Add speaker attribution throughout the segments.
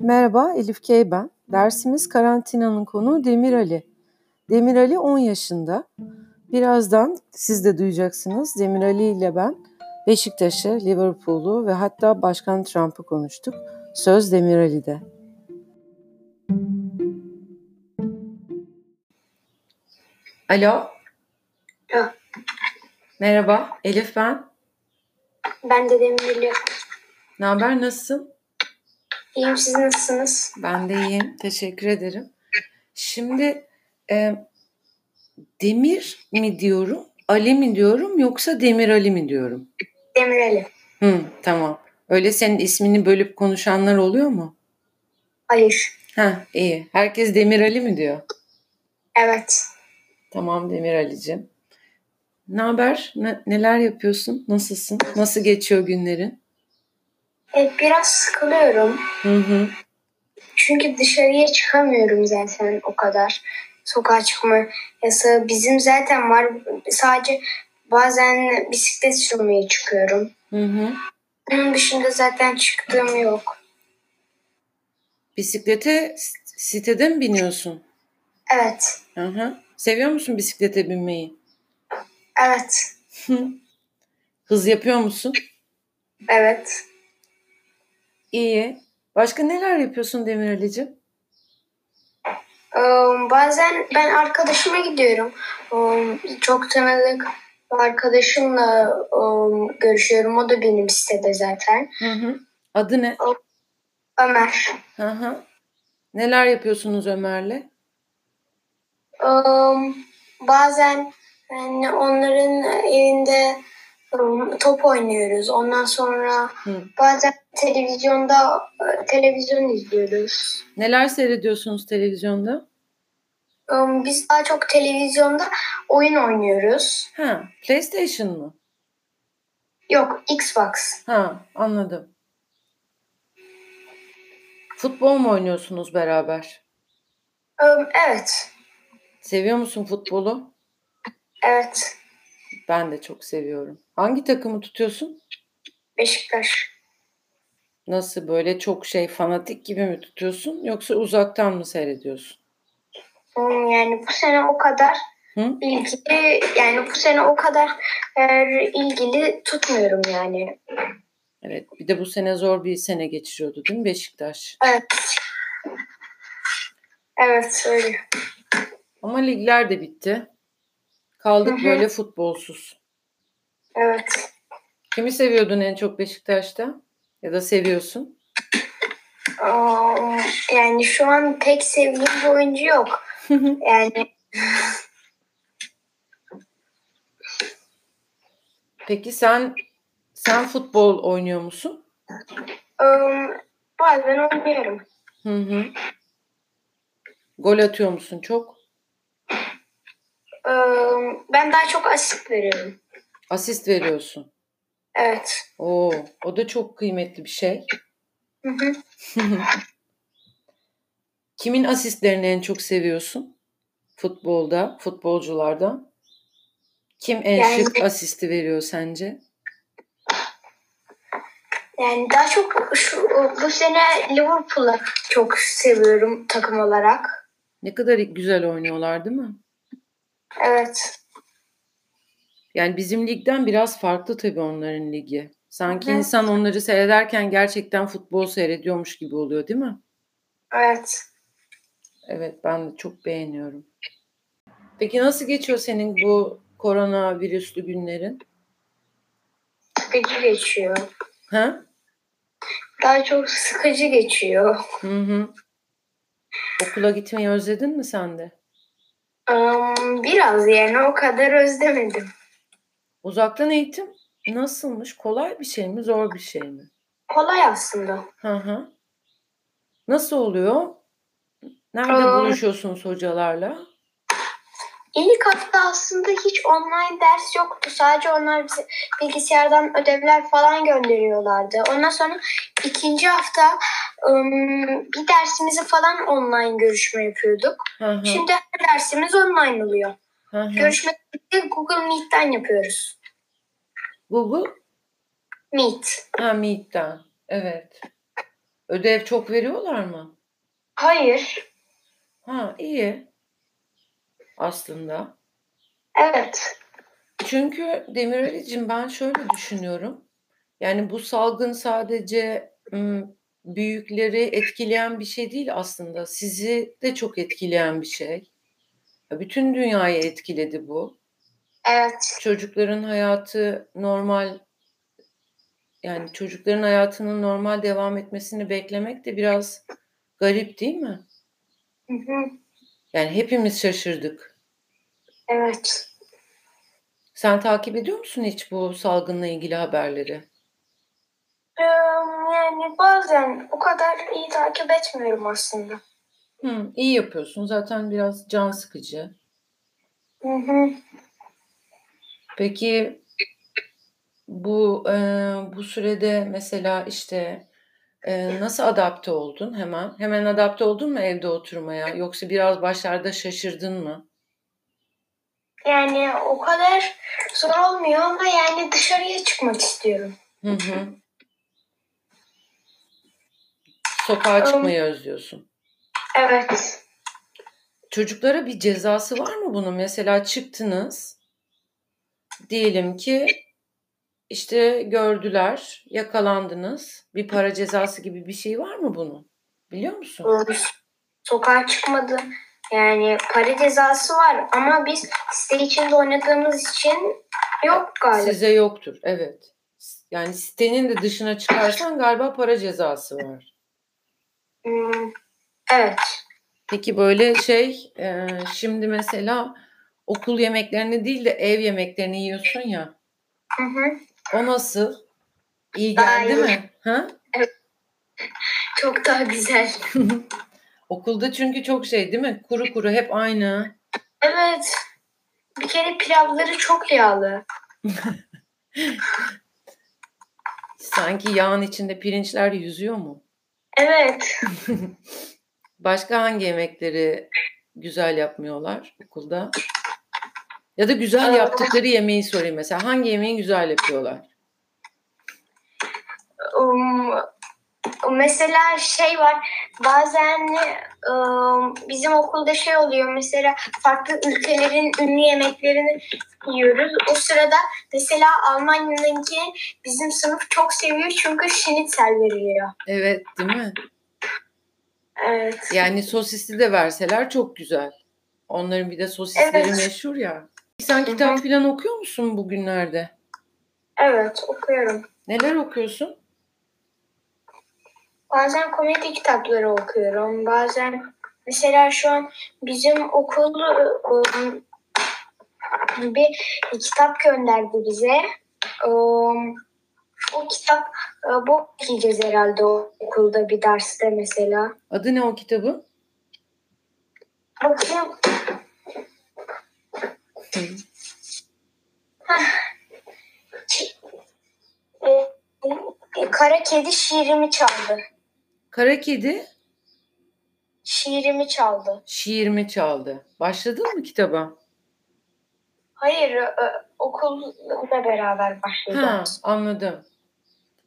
Speaker 1: Merhaba, Elif Kay ben. Dersimiz karantinanın konuğu Demir Ali. Demir Ali 10 yaşında. Birazdan siz de duyacaksınız. Demir Ali ile ben Beşiktaş'ı, Liverpool'u ve hatta Başkan Trump'ı konuştuk. Söz Demir Ali'de. Alo.
Speaker 2: Ya,
Speaker 1: Merhaba, Elif ben.
Speaker 2: ben de Demirli.
Speaker 1: Ne haber, nasılsın?
Speaker 2: İyiyim siz nasılsınız?
Speaker 1: Ben de iyiyim, teşekkür ederim. Şimdi e, Demir mi diyorum, Ali mi diyorum yoksa Demir Ali mi diyorum?
Speaker 2: Demireli.
Speaker 1: Hı, tamam. Öyle senin ismini bölüp konuşanlar oluyor mu?
Speaker 2: Hayır.
Speaker 1: Ha, iyi. Herkes Demir Ali mi diyor?
Speaker 2: Evet.
Speaker 1: Tamam Demir Ali'cim. Ne haber? Ne- neler yapıyorsun? Nasılsın? Nasıl geçiyor günlerin?
Speaker 2: E, biraz sıkılıyorum.
Speaker 1: Hı hı.
Speaker 2: Çünkü dışarıya çıkamıyorum zaten o kadar. Sokağa çıkma yasağı bizim zaten var. Sadece bazen bisiklet sürmeye çıkıyorum.
Speaker 1: Hı hı.
Speaker 2: Onun dışında zaten çıktığım yok.
Speaker 1: Bisiklete s- sitede mi biniyorsun?
Speaker 2: Evet.
Speaker 1: Hı hı. Seviyor musun bisiklete binmeyi?
Speaker 2: Evet.
Speaker 1: Hı. Hız yapıyor musun?
Speaker 2: Evet.
Speaker 1: İyi. Başka neler yapıyorsun Demir Ali'cim?
Speaker 2: Ee, Bazen ben arkadaşıma gidiyorum. Ee, Çok tanıdık bir arkadaşımla e, görüşüyorum. O da benim sitede zaten.
Speaker 1: Hı hı. Adı ne?
Speaker 2: Ömer.
Speaker 1: Hı hı. Neler yapıyorsunuz Ömer'le?
Speaker 2: Ee, Bazen yani onların evinde e, top oynuyoruz. Ondan sonra
Speaker 1: Hı.
Speaker 2: bazen televizyonda e, televizyon izliyoruz.
Speaker 1: Neler seyrediyorsunuz televizyonda?
Speaker 2: Ee, Biz daha çok televizyonda oyun oynuyoruz.
Speaker 1: Ha, PlayStation mı?
Speaker 2: Yok, Xbox.
Speaker 1: Ha, anladım. Futbol mu oynuyorsunuz beraber?
Speaker 2: Ee, Evet.
Speaker 1: Seviyor musun futbolu?
Speaker 2: Evet.
Speaker 1: Ben de çok seviyorum. Hangi takımı tutuyorsun?
Speaker 2: Beşiktaş.
Speaker 1: Nasıl böyle çok şey fanatik gibi mi tutuyorsun yoksa uzaktan mı seyrediyorsun?
Speaker 2: Hmm, Yani bu sene o kadar
Speaker 1: Hı?
Speaker 2: ilgili yani bu sene o kadar e, ilgili tutmuyorum yani.
Speaker 1: Evet, bir de bu sene zor bir sene geçiriyordu değil mi Beşiktaş?
Speaker 2: Evet. Evet öyle.
Speaker 1: Ama ligler de bitti. Kaldık
Speaker 2: Hı hı.
Speaker 1: böyle futbolsuz.
Speaker 2: Evet.
Speaker 1: Kimi seviyordun en çok Beşiktaş'ta? Ya da seviyorsun?
Speaker 2: Am, Um, yani şu an pek sevdiğim bir oyuncu yok. Yani
Speaker 1: Peki sen sen futbol oynuyor musun?
Speaker 2: am, um, bazen oynuyorum.
Speaker 1: Hı hı. Gol atıyor musun çok?
Speaker 2: Am, Um, ben daha çok asist veriyorum.
Speaker 1: Asist veriyorsun.
Speaker 2: Evet.
Speaker 1: Oo, o da çok kıymetli bir şey.
Speaker 2: Hı hı.
Speaker 1: Kimin asistlerini en çok seviyorsun? Futbolda, futbolcularda. Kim en
Speaker 2: Yani-
Speaker 1: şık asisti veriyor sence?
Speaker 2: Yani daha çok şu bu sene Liverpool'u çok seviyorum takım olarak.
Speaker 1: Ne kadar güzel oynuyorlar değil mi?
Speaker 2: Evet.
Speaker 1: Yani bizim ligden biraz farklı tabii onların ligi. Sanki
Speaker 2: Hı hı.
Speaker 1: insan onları seyrederken gerçekten futbol seyrediyormuş gibi oluyor değil mi?
Speaker 2: Evet.
Speaker 1: Evet ben de çok beğeniyorum. Peki nasıl geçiyor senin bu koronavirüslü günlerin?
Speaker 2: Sıkıcı geçiyor.
Speaker 1: Ha?
Speaker 2: Daha çok sıkıcı geçiyor.
Speaker 1: Hı hı. Okula gitmeyi özledin mi sen de?
Speaker 2: Am, biraz yani o kadar özlemedim.
Speaker 1: Uzaktan eğitim nasılmış? Kolay bir şey mi, zor bir şey mi?
Speaker 2: Kolay aslında.
Speaker 1: Hı hı. Nasıl oluyor? Nerede
Speaker 2: Aa.
Speaker 1: buluşuyorsunuz hocalarla?
Speaker 2: İlk hafta aslında hiç online ders yoktu. Sadece onlar bize bilgisayardan ödevler falan gönderiyorlardı. Ondan sonra ikinci hafta am, bir dersimizi falan online görüşme yapıyorduk.
Speaker 1: Hı hı.
Speaker 2: Şimdi her dersimiz online oluyor.
Speaker 1: Hı hı.
Speaker 2: Görüşme de Google Meet'ten yapıyoruz.
Speaker 1: Google
Speaker 2: Meet.
Speaker 1: Ha Meet'ten. Evet. Ödev çok veriyorlar mı?
Speaker 2: Hayır.
Speaker 1: Ha iyi. Aslında.
Speaker 2: Evet.
Speaker 1: Çünkü Demir Ali'cim ben şöyle düşünüyorum. Yani bu salgın sadece ım, büyükleri etkileyen bir şey değil aslında. Sizi de çok etkileyen bir şey. Ya Bütün dünyayı etkiledi bu.
Speaker 2: Evet.
Speaker 1: Çocukların hayatı normal yani çocukların hayatının normal devam etmesini beklemek de biraz garip değil mi?
Speaker 2: Hı hı.
Speaker 1: Yani hepimiz şaşırdık.
Speaker 2: Evet.
Speaker 1: Sen takip ediyor musun hiç bu salgınla ilgili haberleri?
Speaker 2: Ee, yani bazen o kadar iyi takip etmiyorum aslında.
Speaker 1: Hı, iyi yapıyorsun. Zaten biraz can sıkıcı.
Speaker 2: Hı hı.
Speaker 1: Peki bu e, bu sürede mesela işte e, nasıl adapte oldun hemen? Hemen adapte oldun mu evde oturmaya? Yoksa biraz başlarda şaşırdın mı?
Speaker 2: Yani o kadar zor olmuyor ama yani dışarıya çıkmak istiyorum.
Speaker 1: Hı hı. Sokağa çıkmayı özlüyorsun.
Speaker 2: Evet.
Speaker 1: Çocuklara bir cezası var mı bunun? Mesela çıktınız. Diyelim ki işte gördüler, yakalandınız. Bir para cezası gibi bir şey var mı bunun? Biliyor musun?
Speaker 2: Sokağa çıkmadı. Yani para cezası var ama biz site içinde oynadığımız için yok galiba.
Speaker 1: Size yoktur. Evet. Yani sitenin de dışına çıkarsan galiba para cezası var.
Speaker 2: Hmm, Evet.
Speaker 1: Peki böyle şey e, şimdi mesela okul yemeklerini değil de ev yemeklerini yiyorsun ya.
Speaker 2: Hı hı.
Speaker 1: O nasıl? İyi
Speaker 2: Daha
Speaker 1: geldi
Speaker 2: iyi.
Speaker 1: mi? Ha?
Speaker 2: Çok daha güzel.
Speaker 1: Okulda çünkü çok şey değil mi? Kuru kuru hep aynı.
Speaker 2: Evet. Bir kere pilavları çok yağlı.
Speaker 1: Sanki yağın içinde pirinçler yüzüyor mu?
Speaker 2: Evet.
Speaker 1: Başka hangi yemekleri güzel yapmıyorlar okulda? Ya da güzel yaptıkları yemeği sorayım mesela. Hangi yemeği güzel yapıyorlar?
Speaker 2: Um, mesela şey var bazen um, bizim okulda şey oluyor mesela farklı ülkelerin ünlü yemeklerini yiyoruz. O sırada mesela Almanya'daki bizim sınıf çok seviyor çünkü şinitzel veriliyor.
Speaker 1: Evet, değil mi?
Speaker 2: Evet.
Speaker 1: Yani sosisli de verseler çok güzel. Onların bir de sosisleri
Speaker 2: Evet.
Speaker 1: meşhur ya. Sen
Speaker 2: hı.
Speaker 1: kitap falan okuyor musun bugünlerde?
Speaker 2: Evet okuyorum.
Speaker 1: Neler okuyorsun?
Speaker 2: Bazen komedi kitapları okuyorum. Bazen mesela şu an bizim okul um, bir kitap gönderdi bize. Um, O kitap e, bu okuyacağız herhalde o okulda bir derste mesela.
Speaker 1: Adı ne o kitabın?
Speaker 2: Bakayım.
Speaker 1: Hı.
Speaker 2: E, e, Kara kedi şiirimi çaldı.
Speaker 1: Kara Kedi
Speaker 2: Şiirimi çaldı.
Speaker 1: şiirimi çaldı. Başladın mı kitaba?
Speaker 2: Hayır, e, okulla beraber başladı.
Speaker 1: Ha, anladım.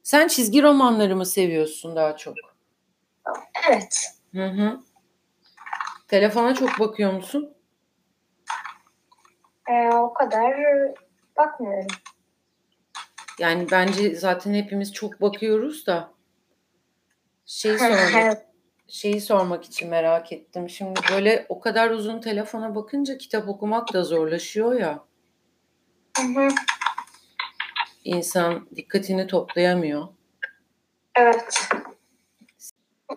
Speaker 1: Sen çizgi romanları mı seviyorsun daha çok?
Speaker 2: Evet.
Speaker 1: Hı hı. Telefona çok bakıyor musun?
Speaker 2: E, o kadar e, bakmıyorum.
Speaker 1: Yani bence zaten hepimiz çok bakıyoruz da. Şeyi sormak, şeyi sormak için merak ettim. Şimdi böyle o kadar uzun telefona bakınca kitap okumak da zorlaşıyor ya.
Speaker 2: Hı hı,
Speaker 1: İnsan dikkatini toplayamıyor.
Speaker 2: evet.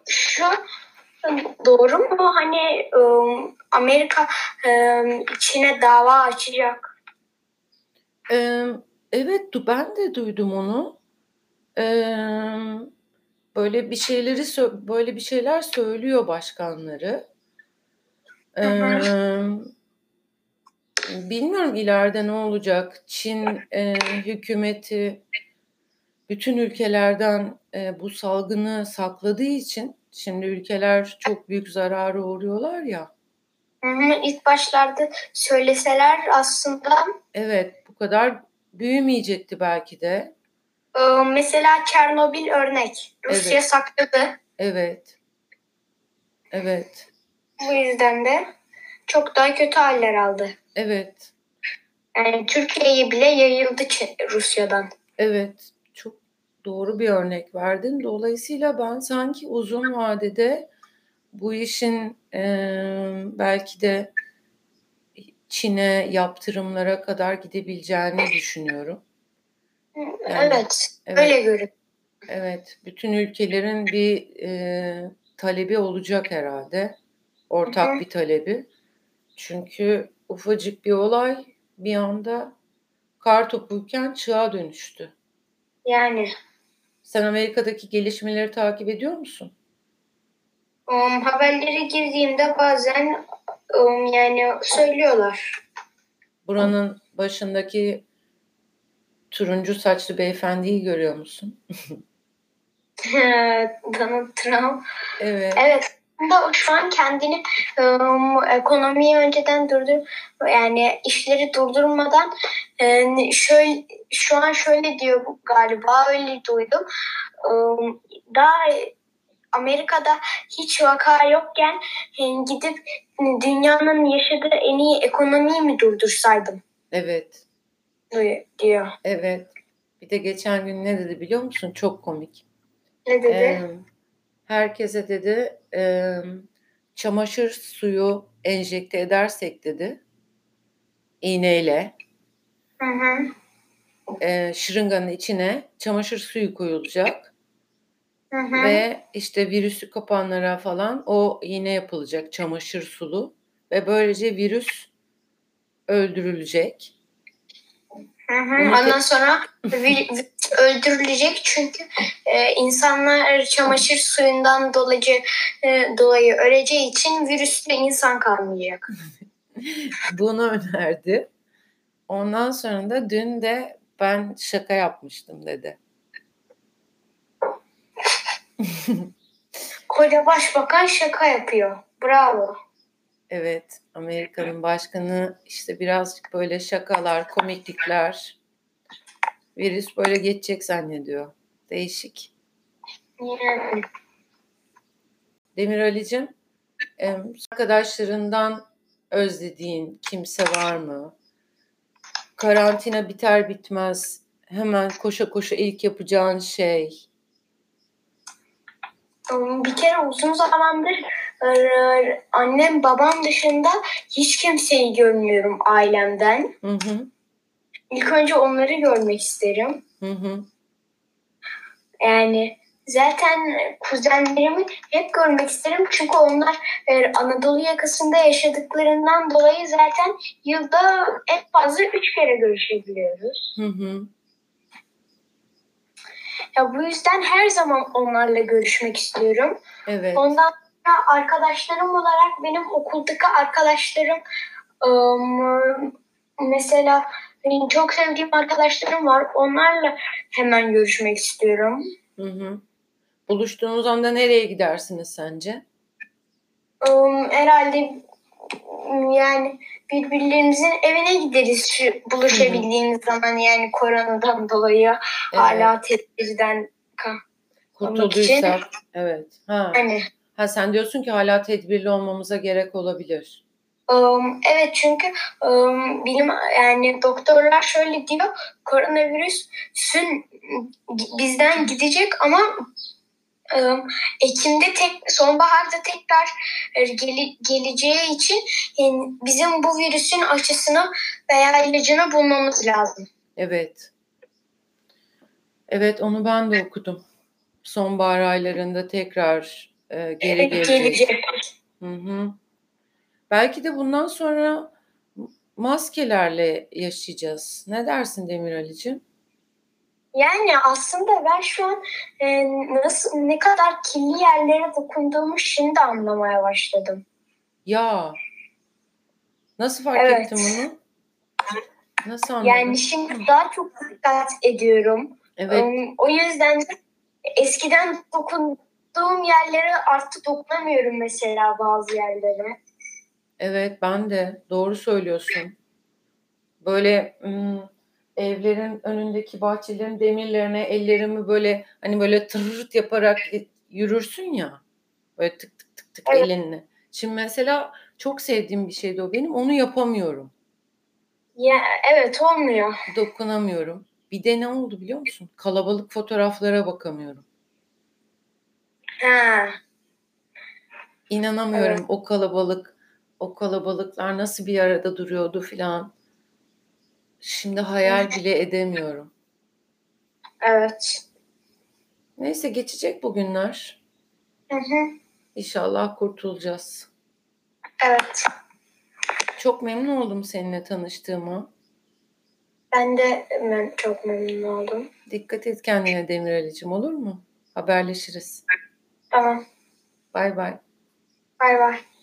Speaker 2: Şu doğru mu? Hani e, Amerika e, Çin'e dava açacak.
Speaker 1: Ee, evet, du- ben de duydum onu. Ee, böyle bir şeyleri sö- böyle bir şeyler söylüyor başkanları. Ee, bilmiyorum ileride ne olacak. Çin e, hükümeti bütün ülkelerden e, bu salgını sakladığı için şimdi ülkeler çok büyük zarara uğruyorlar ya.
Speaker 2: Hı hı, İlk başlarda söyleseler aslında
Speaker 1: Evet, bu kadar büyümeyecekti belki de.
Speaker 2: e, mesela Çernobil örnek. Rusya
Speaker 1: Evet.
Speaker 2: sakladı.
Speaker 1: Evet. Evet.
Speaker 2: Bu yüzden de çok daha kötü haller aldı.
Speaker 1: Evet.
Speaker 2: Yani Ee, Türkiye'ye bile yayıldı Ç- Rusya'dan.
Speaker 1: Evet, çok doğru bir örnek verdin. Dolayısıyla ben sanki uzun vadede bu işin eee, belki de Çin'e yaptırımlara kadar gidebileceğini düşünüyorum.
Speaker 2: Evet,
Speaker 1: Evet,
Speaker 2: öyle görünüyor.
Speaker 1: evet. Bütün ülkelerin bir eee, talebi olacak herhalde. Ortak
Speaker 2: Hı hı.
Speaker 1: bir talebi. Çünkü ufacık bir olay bir anda kar topuyken çığa dönüştü.
Speaker 2: Yani
Speaker 1: Sen Amerika'daki gelişmeleri takip ediyor musun?
Speaker 2: um, haberlere girdiğimde bazen um, yani söylüyorlar.
Speaker 1: Buranın başındaki turuncu saçlı beyefendiyi görüyor musun?
Speaker 2: Donald Trump.
Speaker 1: Evet,
Speaker 2: Evet. aslında Şu an kendini um, ekonomiyi önceden durdur yani işleri durdurmadan e, şöyle şu an şöyle diyor bu- galiba öyle duydum. Um, daha Amerika'da hiç vaka yokken e, gidip dünyanın yaşadığı en iyi ekonomiyi mi durdursaydım
Speaker 1: evet,
Speaker 2: diyor- diyor.
Speaker 1: evet. Bir de geçen gün ne dedi biliyor musun? Çok komik.
Speaker 2: Ne dedi?
Speaker 1: Ee, herkese dedi e, çamaşır suyu enjekte edersek dedi iğneyle
Speaker 2: Hı hı.
Speaker 1: e, şırınganın içine çamaşır suyu koyulacak
Speaker 2: Hı hı.
Speaker 1: ve işte virüsü kapanlara falan o iğne yapılacak çamaşır sulu ve böylece virüs öldürülecek.
Speaker 2: Hı hı.
Speaker 1: Bunu
Speaker 2: Ondan sonra vir- virüs öldürülecek çünkü e, insanlar çamaşır suyundan dolayı e, dolayı öleceği için virüsle insan kalmayacak.
Speaker 1: Bunu önerdi. Ondan sonra da dün de ben şaka yapmıştım dedi.
Speaker 2: Koca başbakan şaka yapıyor. Bravo.
Speaker 1: Evet, Amerika'nın başkanı işte birazcık böyle şakalar, komiklikler. Virüs böyle geçecek zannediyor. Değişik.
Speaker 2: Yani,
Speaker 1: Demir Ali'cim, em, arkadaşlarından özlediğin kimse var mı? Karantina biter bitmez hemen koşa koşa ilk yapacağın şey.
Speaker 2: um, bir kere uzun zamandır e, annem babam dışında hiç kimseyi görmüyorum ailemden.
Speaker 1: Hı hı,
Speaker 2: İlk önce onları görmek isterim.
Speaker 1: hı hı.
Speaker 2: Yani zaten kuzenlerimi hep görmek isterim çünkü onlar e, Anadolu yakasında yaşadıklarından dolayı zaten yılda en fazla üç kere görüşebiliyoruz.
Speaker 1: hı hı.
Speaker 2: Ya bu yüzden her zaman onlarla görüşmek istiyorum.
Speaker 1: Evet.
Speaker 2: Ondan sonra arkadaşlarım olarak benim okuldaki arkadaşlarım ım, mesela benim çok sevdiğim arkadaşlarım var. Onlarla hemen görüşmek istiyorum.
Speaker 1: Hı hı. Buluştuğunuz anda nereye gidersiniz sence?
Speaker 2: Im, herhalde m, yani birbirlerimizin evine gideriz şu buluşabildiğimiz zaman yani koronadan dolayı hala tedbirden
Speaker 1: Kurtulduysak. Evet. Ha.
Speaker 2: hani
Speaker 1: ha sen diyorsun ki hala tedbirli olmamıza gerek olabilir.
Speaker 2: ım, evet çünkü ım, bilim yani doktorlar şöyle diyor koronavirüsün bizden gidecek ama ım, Ekim'de tek sonbaharda tekrar e, gele- geleceği için yani bizim bu virüsün aşısını veya ilacını bulmamız lazım.
Speaker 1: Evet. Evet onu ben de okudum. Sonbahar aylarında tekrar e, geri
Speaker 2: Evet,
Speaker 1: gelecek.
Speaker 2: gelecek.
Speaker 1: Hı hı. Belki de bundan sonra maskelerle yaşayacağız. Ne dersin Demir Ali'cim?
Speaker 2: Yani aslında ben şu an e, nasıl ne kadar kirli yerlere dokunduğumu şimdi anlamaya başladım.
Speaker 1: Ya. Nasıl fark
Speaker 2: Evet.
Speaker 1: ettin bunu? Nasıl anladın?
Speaker 2: Yani şimdi daha çok dikkat ediyorum.
Speaker 1: evet.
Speaker 2: E, O yüzden de eskiden dokunduğum yerlere artık dokunamıyorum mesela bazı yerlere.
Speaker 1: Evet ben de doğru söylüyorsun. Böyle ım, evlerin önündeki bahçelerin demirlerine ellerimi böyle hani böyle tırırt yaparak yürürsün ya. Böyle tık tık tık tık
Speaker 2: Evet.
Speaker 1: elinle. Şimdi mesela çok sevdiğim bir şeydi o benim. Onu yapamıyorum.
Speaker 2: Ya, evet olmuyor.
Speaker 1: Dokunamıyorum. Bir de ne oldu biliyor musun? Kalabalık fotoğraflara bakamıyorum.
Speaker 2: Ha.
Speaker 1: İnanamıyorum o kalabalık, o kalabalıklar nasıl bir arada duruyordu filan. Şimdi hayal bile edemiyorum.
Speaker 2: Evet.
Speaker 1: Neyse geçecek bugünler.
Speaker 2: Hı hı.
Speaker 1: İnşallah kurtulacağız.
Speaker 2: Evet.
Speaker 1: Çok memnun oldum seninle tanıştığıma.
Speaker 2: Ben de ben çok memnun oldum.
Speaker 1: Dikkat et kendine Demir Ali'cim olur mu? Haberleşiriz.
Speaker 2: Tamam.
Speaker 1: Bay bay.
Speaker 2: Bay bay.